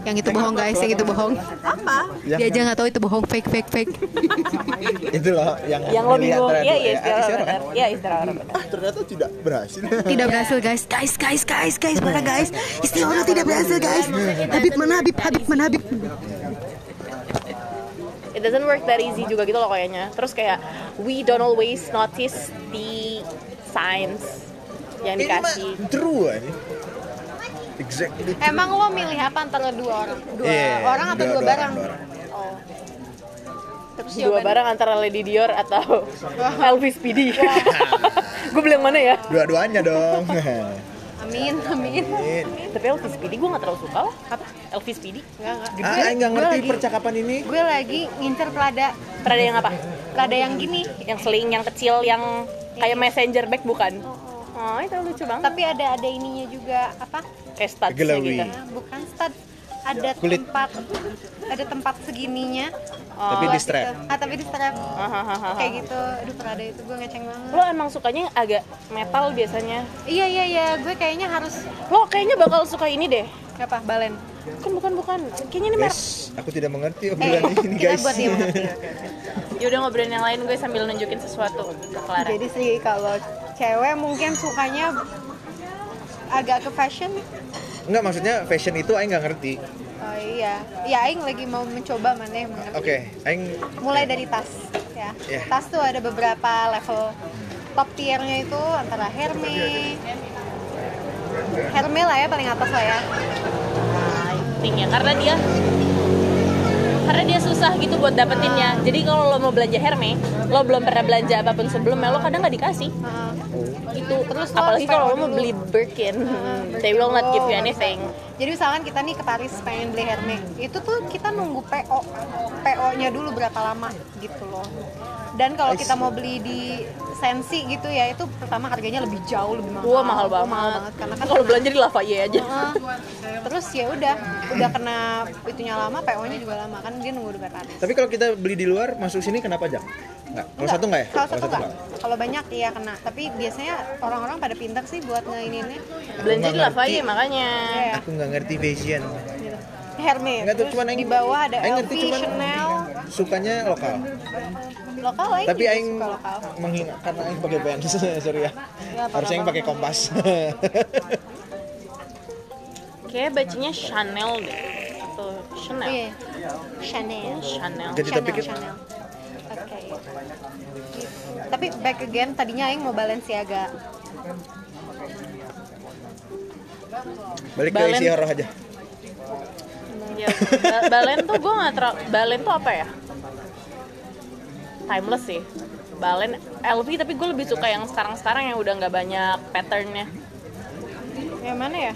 Yang itu bohong guys, yang itu bohong. Apa? Yang- Dia aja nggak tahu itu bohong, fake, fake, fake. Itu loh yang yang lo milih bingung antara iya dua, iya ya. Ah, istirahat istihoroh kan? bener. iya istirahat bener. Ah, ternyata tidak berhasil. Tidak berhasil guys, guys, guys, guys, guys, mana guys? Istilah tidak berhasil guys. Habib mana Habib, Habib mana Habib? it doesn't work that easy juga gitu loh kayaknya terus kayak we don't always notice the signs yang Ini mah dikasih true ini. Exactly. Emang lo milih apa antara dua orang? Dua Iya, orang atau dua- dua, dua barang? orang, dua orang. Oh. Terus dua jawabannya? barang antara Lady Dior atau <laughs> Elvis PD. Gue beli yang mana ya? Ah, Dua-duanya dong. Amin, amin. Amin. Tapi Elvis Pidi gue gak terlalu suka lah. Apa? Elvis Pidi? Enggak, enggak. Ah, ah, nggak Gue ngerti lagi- percakapan ini. Gue lagi ngincer Prada, Prada yang apa? Prada yang gini. Yang seling, yang kecil, yang kayak messenger bag bukan? Oh, itu lucu banget. Tapi ada ada ininya juga apa? Kayak statusnya Gelawi. gitu. Nah, bukan stud. Ada Hmm. Kulit. tempat ada tempat segininya. Oh. Tapi di buat strap. Ah. itu. Ah, tapi di strap. Hahaha. gitu. Kayak gitu. Aduh, Prada itu gue ngeceng banget. Lo emang sukanya yang agak metal biasanya. Iya, iya, iya. Gue kayaknya harus Lo kayaknya bakal suka ini deh. apa? Balen. Bukan, bukan, bukan. Kayaknya ini merek. Guys, aku tidak mengerti Eh, obrolan ini kita guys. buat dia <laughs> mengerti. Yaudah Ya ngobrolin yang lain gue sambil nunjukin sesuatu ke Clara. Jadi sih kalau cewek mungkin sukanya agak ke fashion. Enggak maksudnya fashion itu aing nggak ngerti. Oh iya, ya Aing lagi mau mencoba mana yang mengerti. Oke, aing Mulai dari tas, ya. Iya. Tas tuh ada beberapa level. Top tiernya itu antara Hermes, Hermes lah ya paling atas lah ya. Ting ya, karena dia karena dia susah gitu buat dapetinnya. Jadi kalau lo mau belanja Hermes, lo belum pernah belanja apapun sebelumnya, lo kadang nggak dikasih. Heeh. Itu Gitu. Terus lo apalagi harus kalau lo PO mau dulu. beli Birkin, Birkin they will not give you dulu. anything. Jadi misalkan kita nih ke Paris pengen beli Hermes, itu tuh kita nunggu PO, PO-nya dulu berapa lama gitu loh. Dan kalau kita mau beli di Sensi gitu ya, itu pertama harganya lebih jauh lebih mahal. Gua mahal Mahal banget. banget, karena kan Oh, kalau belanja di Lafayette aja. Heeh. terus ya udah, udah kena itunya lama, PO-nya juga lama kan dia nunggu dekat Paris. Tapi kalau kita beli di luar masuk sini kenapa jam? Enggak. Kalau satu enggak ya? Kalau satu enggak. Kalau banyak iya kena, tapi biasanya orang-orang pada pintar sih buat ngeininnya Belanja di nggak Lafayette makanya. Iya. Aku nggak ngerti fashion. gitu. Hermes, Enggak tuh terus cuman aing di bawah ada aing LV, ngerti cuman Chanel, sukanya lokal. lokal aing Tapi juga aing suka lokal. menghina karena aing pakai pens, <laughs> sorry ya. Harusnya aing pakai kompas. <laughs> Kayak bacanya Chanel deh. Tuh, Chanel. Iya. Chanel. Chanel. Jadi Chanel, tapi kita- Chanel. Oke. Tapi back again tadinya aing mau Balenciaga. Balik ke Balen. isi horoh aja. Ya, ba- balen tuh gue nggak terlalu balen tuh apa ya? Timeless sih. Balen LV tapi gue lebih suka yang sekarang-sekarang yang udah nggak banyak patternnya, Yang mana ya?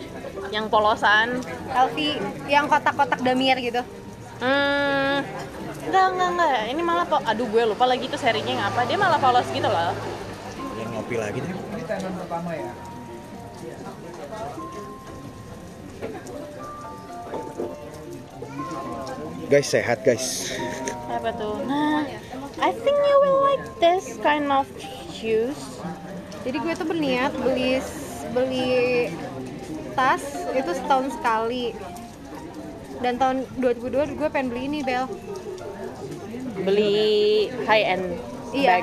yang polosan. LV yang kotak-kotak damier gitu. Hmm, enggak enggak enggak. Ini malah po- aduh gue lupa lagi tuh serinya yang apa. Dia malah polos gitu loh. Yang ngopi lagi deh. Guys sehat guys. Apa tuh? Nah, I think you will like this kind of shoes. Jadi gue tuh berniat beli beli tas itu setahun sekali. Dan tahun 2002 gue pengen beli ini Bel. Beli high end. Iya,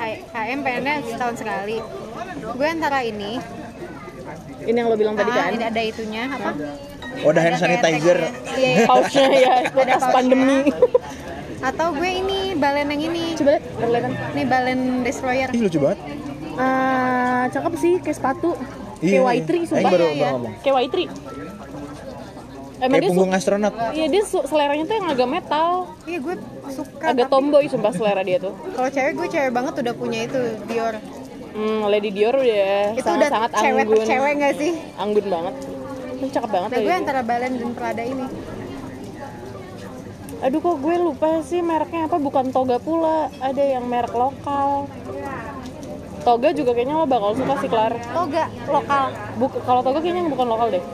bag. H- HM pengennya setahun sekali. Gue antara ini, Ini yang lo bilang tadi ah, kan. ini ada itunya apa? Oh, ada hand Ada kayak sanitizer. tagnya. Iya, iya. Pouchnya ya, Ada bekas pouchnya. pandemi. Atau gue ini balen yang ini. Coba lihat, kan? kelihatan. Ini balen destroyer. Ih lucu banget. Ah, cakep sih kayak sepatu. Kayak Y3 Aing sumpah. Iya, baru Iya, iya. mau ngomong. Kayak Y3. Emang Kayak dia punggung su- astronot. Iya dia su- seleranya tuh yang agak metal, Iya, gue suka. agak tapi tomboy sumpah selera dia tuh. Kalau cewek gue cewek banget udah punya itu Dior. Hmm, Lady Dior udah Itu udah sangat-sangat cewek anggun. cewek gak sih? Anggun banget. Tapi cakep banget Nah, Lady gue Dior. antara balen dan Prada ini. Aduh kok gue lupa sih mereknya apa, bukan Toga pula. Ada yang merek lokal. Toga juga kayaknya lo bakal suka sih, Klar. Toga lokal. Buk- kalau Toga kayaknya bukan lokal deh.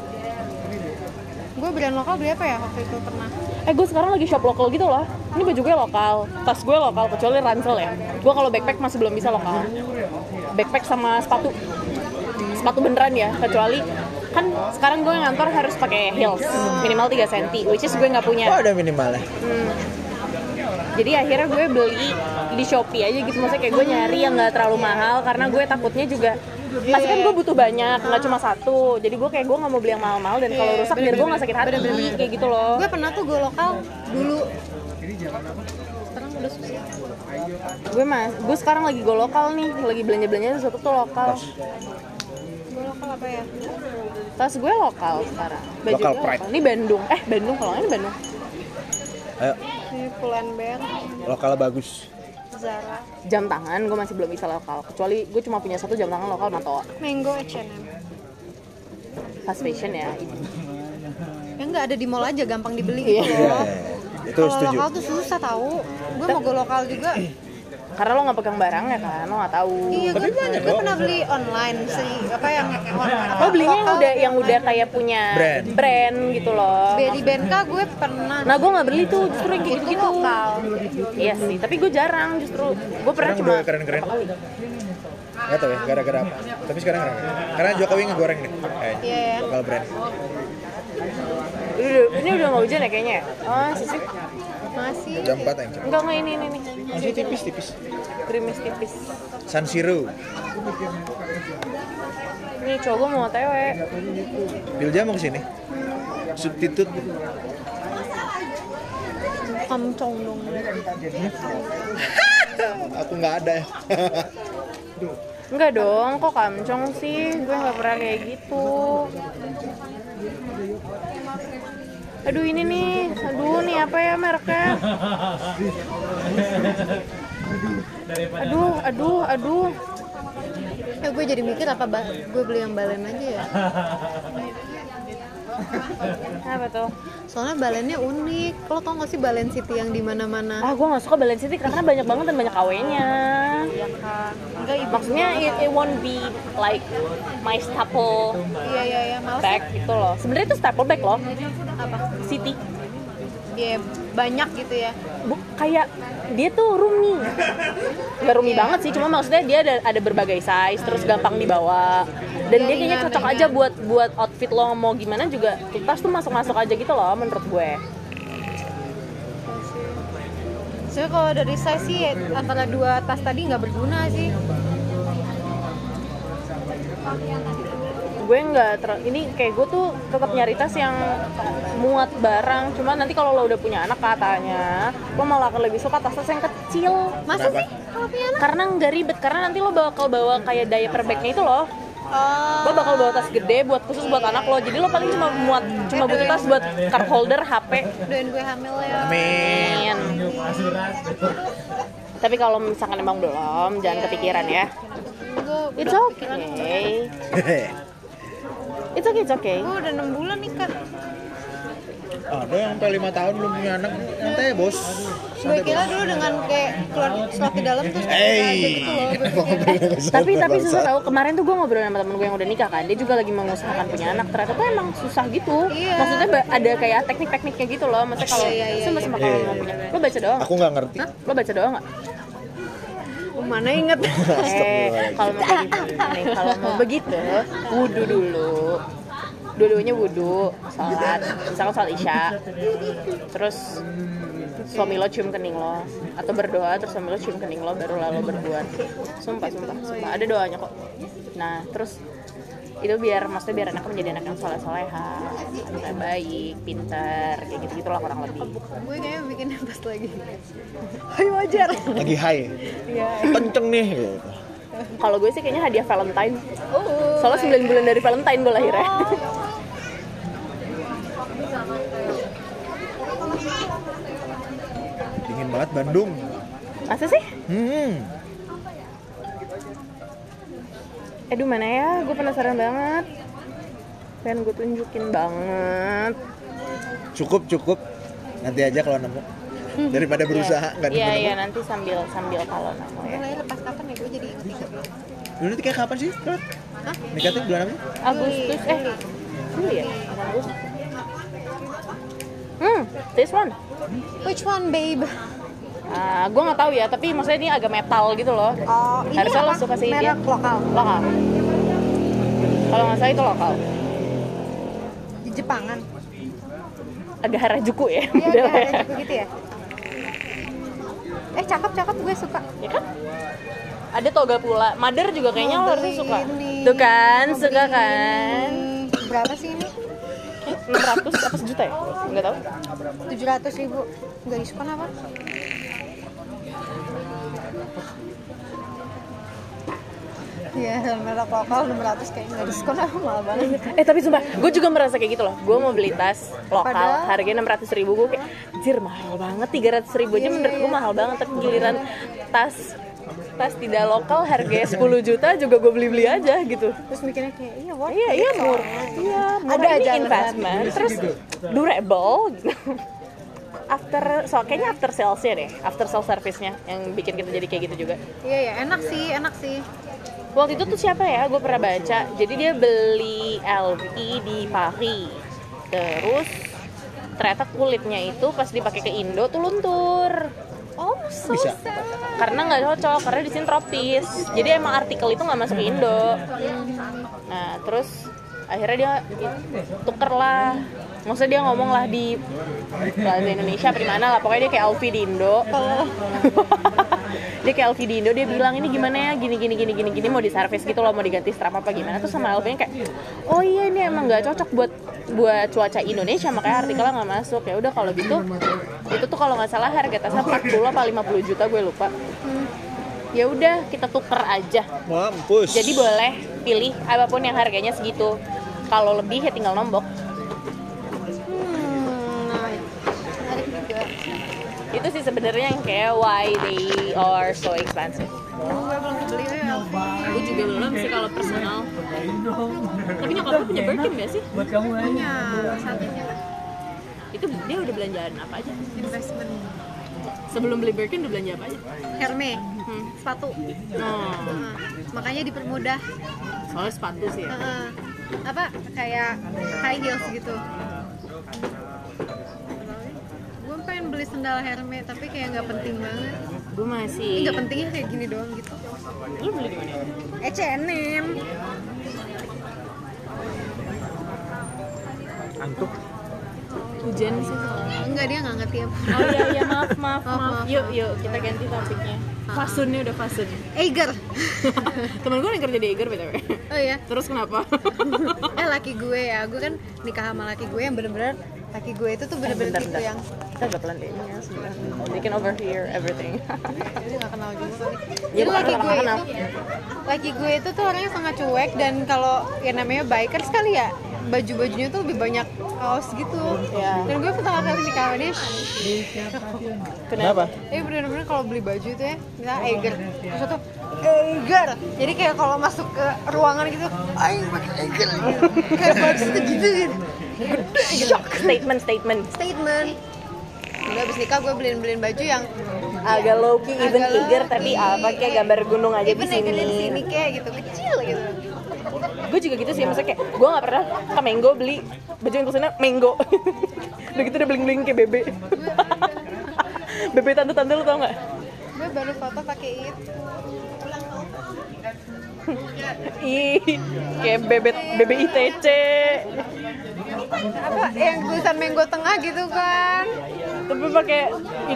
Gue brand lokal beli apa ya waktu itu pernah? eh gue sekarang lagi shop lokal gitu loh ini baju gue lokal tas gue lokal kecuali ransel ya gue kalau backpack masih belum bisa lokal backpack sama sepatu sepatu beneran ya kecuali kan sekarang gue ngantor harus pakai heels minimal 3 cm which is gue nggak Oh punya ada minimalnya. jadi akhirnya gue beli di Shopee aja gitu maksudnya kayak gue nyari yang nggak terlalu mahal karena gue takutnya juga pasti kan gue butuh banyak nggak cuma satu jadi gue kayak gue nggak mau beli yang mahal-mahal dan kalau Iya, rusak biar gue nggak sakit hati kayak gitu loh Gue pernah tuh gue lokal dulu. Sekarang udah susah. gue mas gue sekarang lagi go lokal nih lagi belanja belanja sesuatu tuh lokal Gue lokal apa ya? tas gue lokal sekarang baju Lokal gue pride. lokal. ini Bandung eh Bandung kalau nggak ini Bandung Ayo, Ini Pull&Bear, lokal bagus. Zara, jam tangan gue masih belum bisa lokal kecuali gue cuma punya satu jam tangan lokal matoa Mango, H&M. fast fashion ya yang nggak ada di mall aja gampang dibeli Iya, gitu loh itu kalau setuju. lokal tuh susah tahu gue mau go lokal juga karena lo nggak pegang barangnya kan lo nggak tahu iya gue banyak gue pernah beli online sih apa yang online lo belinya yang udah yang udah kayak punya Brand. brand gitu loh Beli BNK gue pernah nah gue nggak beli tuh justru yang kayak itu gitu gitu lokal iya sih tapi gue jarang justru gue pernah Sekarang cuma udah keren-keren. berapa kali. Gak tau ya, gara-gara apa. Tapi sekarang keren. Karena Jokowi ngegoreng nih. Eh, Iya, iya. Lokal brand. Ini udah- ini udah nggak hujan ya kayaknya oh sisi masih Jam 4 anjir. enggak enggak ini ini ini Masih tipis-tipis. krimis tipis San Siro. ini cowok gue mau otw Bilja mau kesini. Substitut. kamcong dong Aku nggak ada <laughs> ya. enggak dong kok kamcong sih gue nggak pernah kayak gitu aduh ini nih aduh nih apa ya mereknya aduh aduh aduh ya gue jadi mikir apa ba- gue beli yang balen aja ya apa tuh soalnya balennya unik lo tau gak sih balen city yang di mana mana ah gue nggak suka Balen City karena banyak banget dan banyak kawenya enggak ibu maksudnya it, it won't be like my staple iya iya iya malas bag gitu loh sebenarnya itu staple bag loh apa City iya banyak gitu ya Bu, kayak dia tuh roomy nggak roomy banget sih cuma maksudnya dia ada, ada berbagai size terus gampang dibawa dan dia kayaknya Ringan, cocok ringan. aja buat buat outfit lo mau gimana juga tas tuh masuk masuk aja gitu loh menurut gue Soalnya kalau dari saya sih antara dua tas tadi nggak berguna sih. gue nggak ter ini kayak gue tuh tetap nyari tas yang muat barang cuma nanti kalau lo udah punya anak katanya lo malah akan lebih suka tas-tas yang kecil Masa Kenapa? sih kalau punya anak? karena nggak ribet karena nanti lo bakal bawa kayak diaper bagnya itu loh Oh, lo bakal bawa tas gede buat khusus buat anak lo jadi lo paling cuma muat cuma butuh tas buat card holder HP doain gue hamil ya. Amin. <laughs> Amin. tapi kalau misalkan emang belum jangan kepikiran ya Gue it's okay it's okay it's <laughs> okay gue udah 6 bulan nikah. ada yang sampai 5 tahun belum punya anak. Santai bos. Gue kira dulu dengan kayak keluar slot di dalam terus kayak aja gitu loh. Gue pikir, eh, Iya. tapi tapi susah tau kemarin tuh gue ngobrol sama temen gue yang udah nikah kan dia juga lagi mengusahakan punya anak ternyata tuh emang susah gitu Iya. maksudnya ba- ada kayak teknik-tekniknya gitu loh maksudnya kalau Iya, iya, sumpah sumpah kalau mau punya lo baca doang Aku nggak ngerti. lo baca doang nggak Mana inget? Eh, kalau mau kayak gini, kalau mau begitu, wudhu dulu. Dulunya wudhu, sholat, misalkan sholat isya. Terus suami lo cium kening lo atau berdoa terus suami lo cium kening lo baru lalu berbuat sumpah sumpah sumpah ada doanya kok nah terus itu biar maksudnya biar anak menjadi anak yang soleh soleha anak yang baik pinter kayak gitu gitulah kurang lebih gue kayaknya bikin nafas lagi. Ayo wajar. Lagi high. Iya. Kenceng nih. gitu. kalau gue sih kayaknya hadiah Valentine Oh, soalnya 9 bulan dari Valentine gue lahirnya Dingin banget Bandung. <laughs> masa sih Hmm. Aduh mana ya, gue penasaran banget Pengen gue tunjukin banget Cukup cukup. Nanti aja kalau nemu. Daripada berusaha nggak Hmm. Iya, Iya, iya nemu-nemu. nanti sambil sambil kalau nemu ya Mulai lepas kapan ya gue jadi inget-inget. Dulu nikah kapan sih? Rod? Hah? Nikahnya bulan apa? sih? Agustus, eh Juli ya? Agustus Hmm, this one Which one babe? Ah, Gue nggak tahu ya, tapi maksudnya ini agak metal gitu loh Oh, ini Harusnya lo apa? suka sih dia. merek lokal Lokal Kalau nggak salah itu lokal di <laughs> Jepangan. Agak Harajuku ya Iya, Udah udah lah ya. ada juga gitu ya. Eh, cakep-cakep gue suka. Ya kan? Ada toga pula, mother juga kayaknya lo Mau harusnya suka beli ini, Tuh kan, mau suka beli kan ini. Berapa sih ini? 600 apa sejuta ya? Enggak tahu. 700 ribu. Nggak diskon apa? Iya, merek lokal 600 kayaknya nggak diskon <laughs> apa mahal banget. Eh tapi sumpah, gue juga merasa kayak gitu loh. Gue mau beli tas lokal, Padahal- harganya 600 Iya, ribu. Gue kayak, jir mahal banget, 300 ribu aja menurut gue mahal banget. Tapi giliran tas pas tidak lokal harganya 10 juta juga gue beli beli aja gitu terus mikirnya kayak iya worth iya it iya soalnya. murah iya murah Ada ada gitu, aja aja alasan. investment terus durable gitu after so kayaknya after salesnya deh after sales service-nya yang bikin kita jadi kayak gitu juga iya iya enak sih enak sih waktu itu tuh siapa ya gue pernah baca jadi dia beli LV di Paris terus ternyata kulitnya itu pas dipakai ke Indo tuh luntur oh so Bisa. sad. karena nggak cocok karena di sini tropis jadi emang artikel itu nggak masuk ke Indo nah terus akhirnya dia tuker lah maksudnya dia ngomong lah di Plaza Indonesia apa di mana lah pokoknya dia kayak Alfi di Indo <laughs> dia kayak Alfi di Indo dia bilang ini gimana ya gini gini gini gini gini mau diservis gitu loh mau diganti strap apa gimana terus sama Alfi kayak oh iya ini emang nggak cocok buat buat cuaca Indonesia makanya artikelnya nggak masuk ya udah kalau gitu itu tuh kalau nggak salah harga tasnya 40 apa 50 juta gue lupa ya udah kita tuker aja Mampus. jadi boleh pilih apapun yang harganya segitu. Kalau lebih ya tinggal nombok. hmm, nah, menarik juga Itu sih sebenarnya yang kayak why they are so expensive. gue belum beli ya LV. Gue juga belum sih kalau personal. Tapi nyokap lu punya Birkin gak sih? buat kamu aja. punya satunya Itu dia udah belanjaan apa aja? investment Sebelum beli Birkin udah belanja apa aja? Herme Hmm, sepatu Oh, Nah, makanya dipermudah soalnya sepatu sih ya. Heeh. apa kayak high heels gitu gue pengen beli sendal Herme tapi kayak nggak penting banget Gue ini masih... nggak pentingnya kayak gini doang gitu Lu beli di mana? H&M Antuk. Hujan sih soalnya. enggak dia nggak ngerti apa Oh iya, iya maaf, maaf, Maaf, maaf. Ah. maaf. Yuk, yuk kita ganti topiknya. Fasunnya udah <laughs> fasun. Eiger Temen gue yang kerja di Eger btw. oh iya Terus <laughs> kenapa? eh laki gue ya gue kan nikah sama laki gue yang bener-bener laki gue itu tuh bener-bener tipe yang kita bakalan deh they can overhear <laughs> everything Gue nggak kenal juga kali. Ya, Jadi bukan laki gue kenal-kenal. itu, laki gue itu tuh orangnya sangat cuek dan kalau ya namanya bikers kali ya baju-bajunya tuh lebih banyak kaos gitu. Iya. Dan gue pertama kali nikah sama dia, Kenapa? eh bener-bener kalau beli baju tuh ya, misalnya Eiger, terus tuh Eiger. Jadi kayak kalau masuk ke ruangan gitu, ayo pakai Eiger. gitu. kayak bagus tuh gitu gitu. shock statement statement Statement. Gue abis nikah gue beliin-beliin baju yang agak low key even Agak low eager tapi key. apa kayak gambar gunung aja even di Eigernya di sini sini kayak gitu kecil gitu. gue juga gitu sih maksudnya kayak gue gak pernah ke Mango beli baju yang tulisannya Mango <laughs> udah gitu udah bling bling kayak bebe <laughs> bebe tante tante lu tau gak gue baru foto pakai itu ih kayak bebe bebe ITC apa yang tulisan menggo tengah gitu kan tapi pakai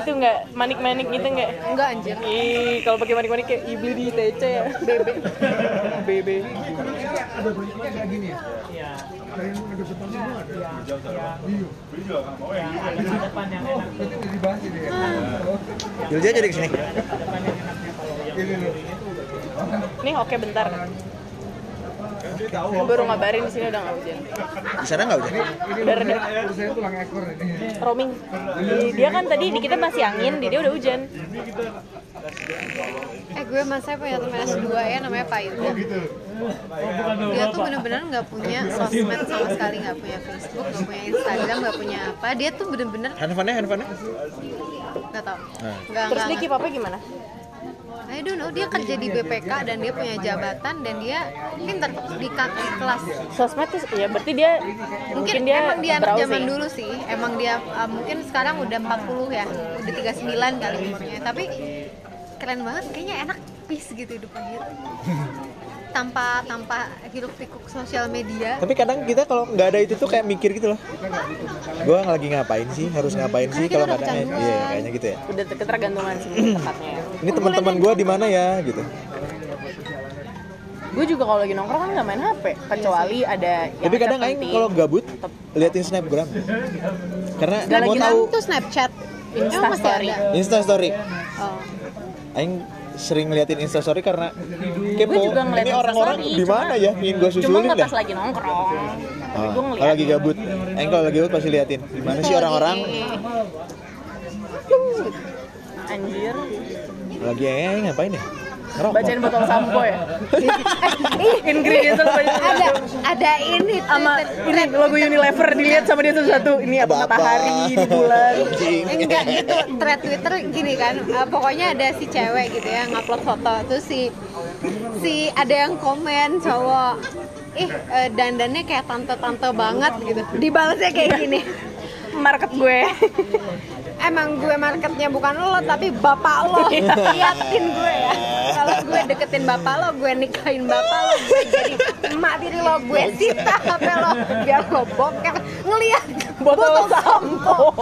itu nggak manik manik gitu nggak enggak anjir Ih, kalau pakai manik-manik kayak ih, beli di ITC ya. Bebe. Bebe. Jilja jadi kesini. Nih oke bentar. Gue baru ngabarin di sini udah nggak hujan. Di sana nggak hujan? Udah reda. Roaming. Di- Dia kan tadi di kita masih angin, di dia udah hujan. eh gue mas saya punya teman S2 ya namanya Pak Yuda dia tuh bener-bener nggak punya sosmed sama sekali nggak punya Facebook nggak punya Instagram nggak punya apa dia tuh bener-bener Handphone-nya, handphone-nya? nggak tau Nah. nggak Terus dia nggak keep up-nya gimana? I don't know dia kerja di BPK dan dia punya jabatan dan dia pintar di kakak kelas Sosmed tuh ya berarti dia mungkin mungkin dia emang dia anak zaman browsing. dulu sih emang dia uh, mungkin sekarang udah 40 ya udah 39 kali umurnya eh, tapi keren banget kayaknya enak peace gitu hidupnya dia tanpa tanpa hiruk pikuk sosial media Tapi kadang kita kalau nggak ada itu tuh kayak mikir gitu loh. Gua lagi ngapain sih? Harus ngapain sih kita kalau udah nggak ada? kecanduan. Iya, kayaknya gitu ya. Udah ketergantungan sih tepatnya. Ini teman-teman gua di mana ya gitu. Gue juga kalau lagi nongkrong kan nggak main HP, Iya kecuali ada yang Tapi kadang acak aing penting. kalau gabut liatin snapgram. Karena Nggak mau lagi tahu itu Snapchat Insta Emang masih story. ada? Insta story. Oh. Aing sering ngeliatin Insta story karena kepo. Gua juga ngeliat Ini orang-orang Instastory, di mana cuma- ya? Ingin Cuma gua susulin nggak dah. pas lagi nongkrong. Tapi Ah, gue kalau ngeliat lagi gabut, aing kalau lagi gabut pasti liatin. Di mana sih orang-orang? anjir. lagi eh ngapain ya ngerokok Bacain botol sampo <laughs> ya. Ih, Ingredients lu bacain. ada ada ini sama ini logo Unilever dilihat sama dia satu-satu. Ini apa Ada apa? matahari di bulan. <laughs> Anjing. enggak gitu thread Twitter gini kan eh, pokoknya ada si cewek gitu ya ngupload foto terus si si ada yang komen cowok ih eh, dandannya kayak tante-tante banget gitu dibalasnya kayak gini Market gue. emang gue marketnya bukan lo tapi bapak lo liatin gue ya kalau gue deketin bapak lo gue nikahin bapak lo gue jadi emak tiri lo gue sita HP lo biar gue boker ngeliat Botol sampo.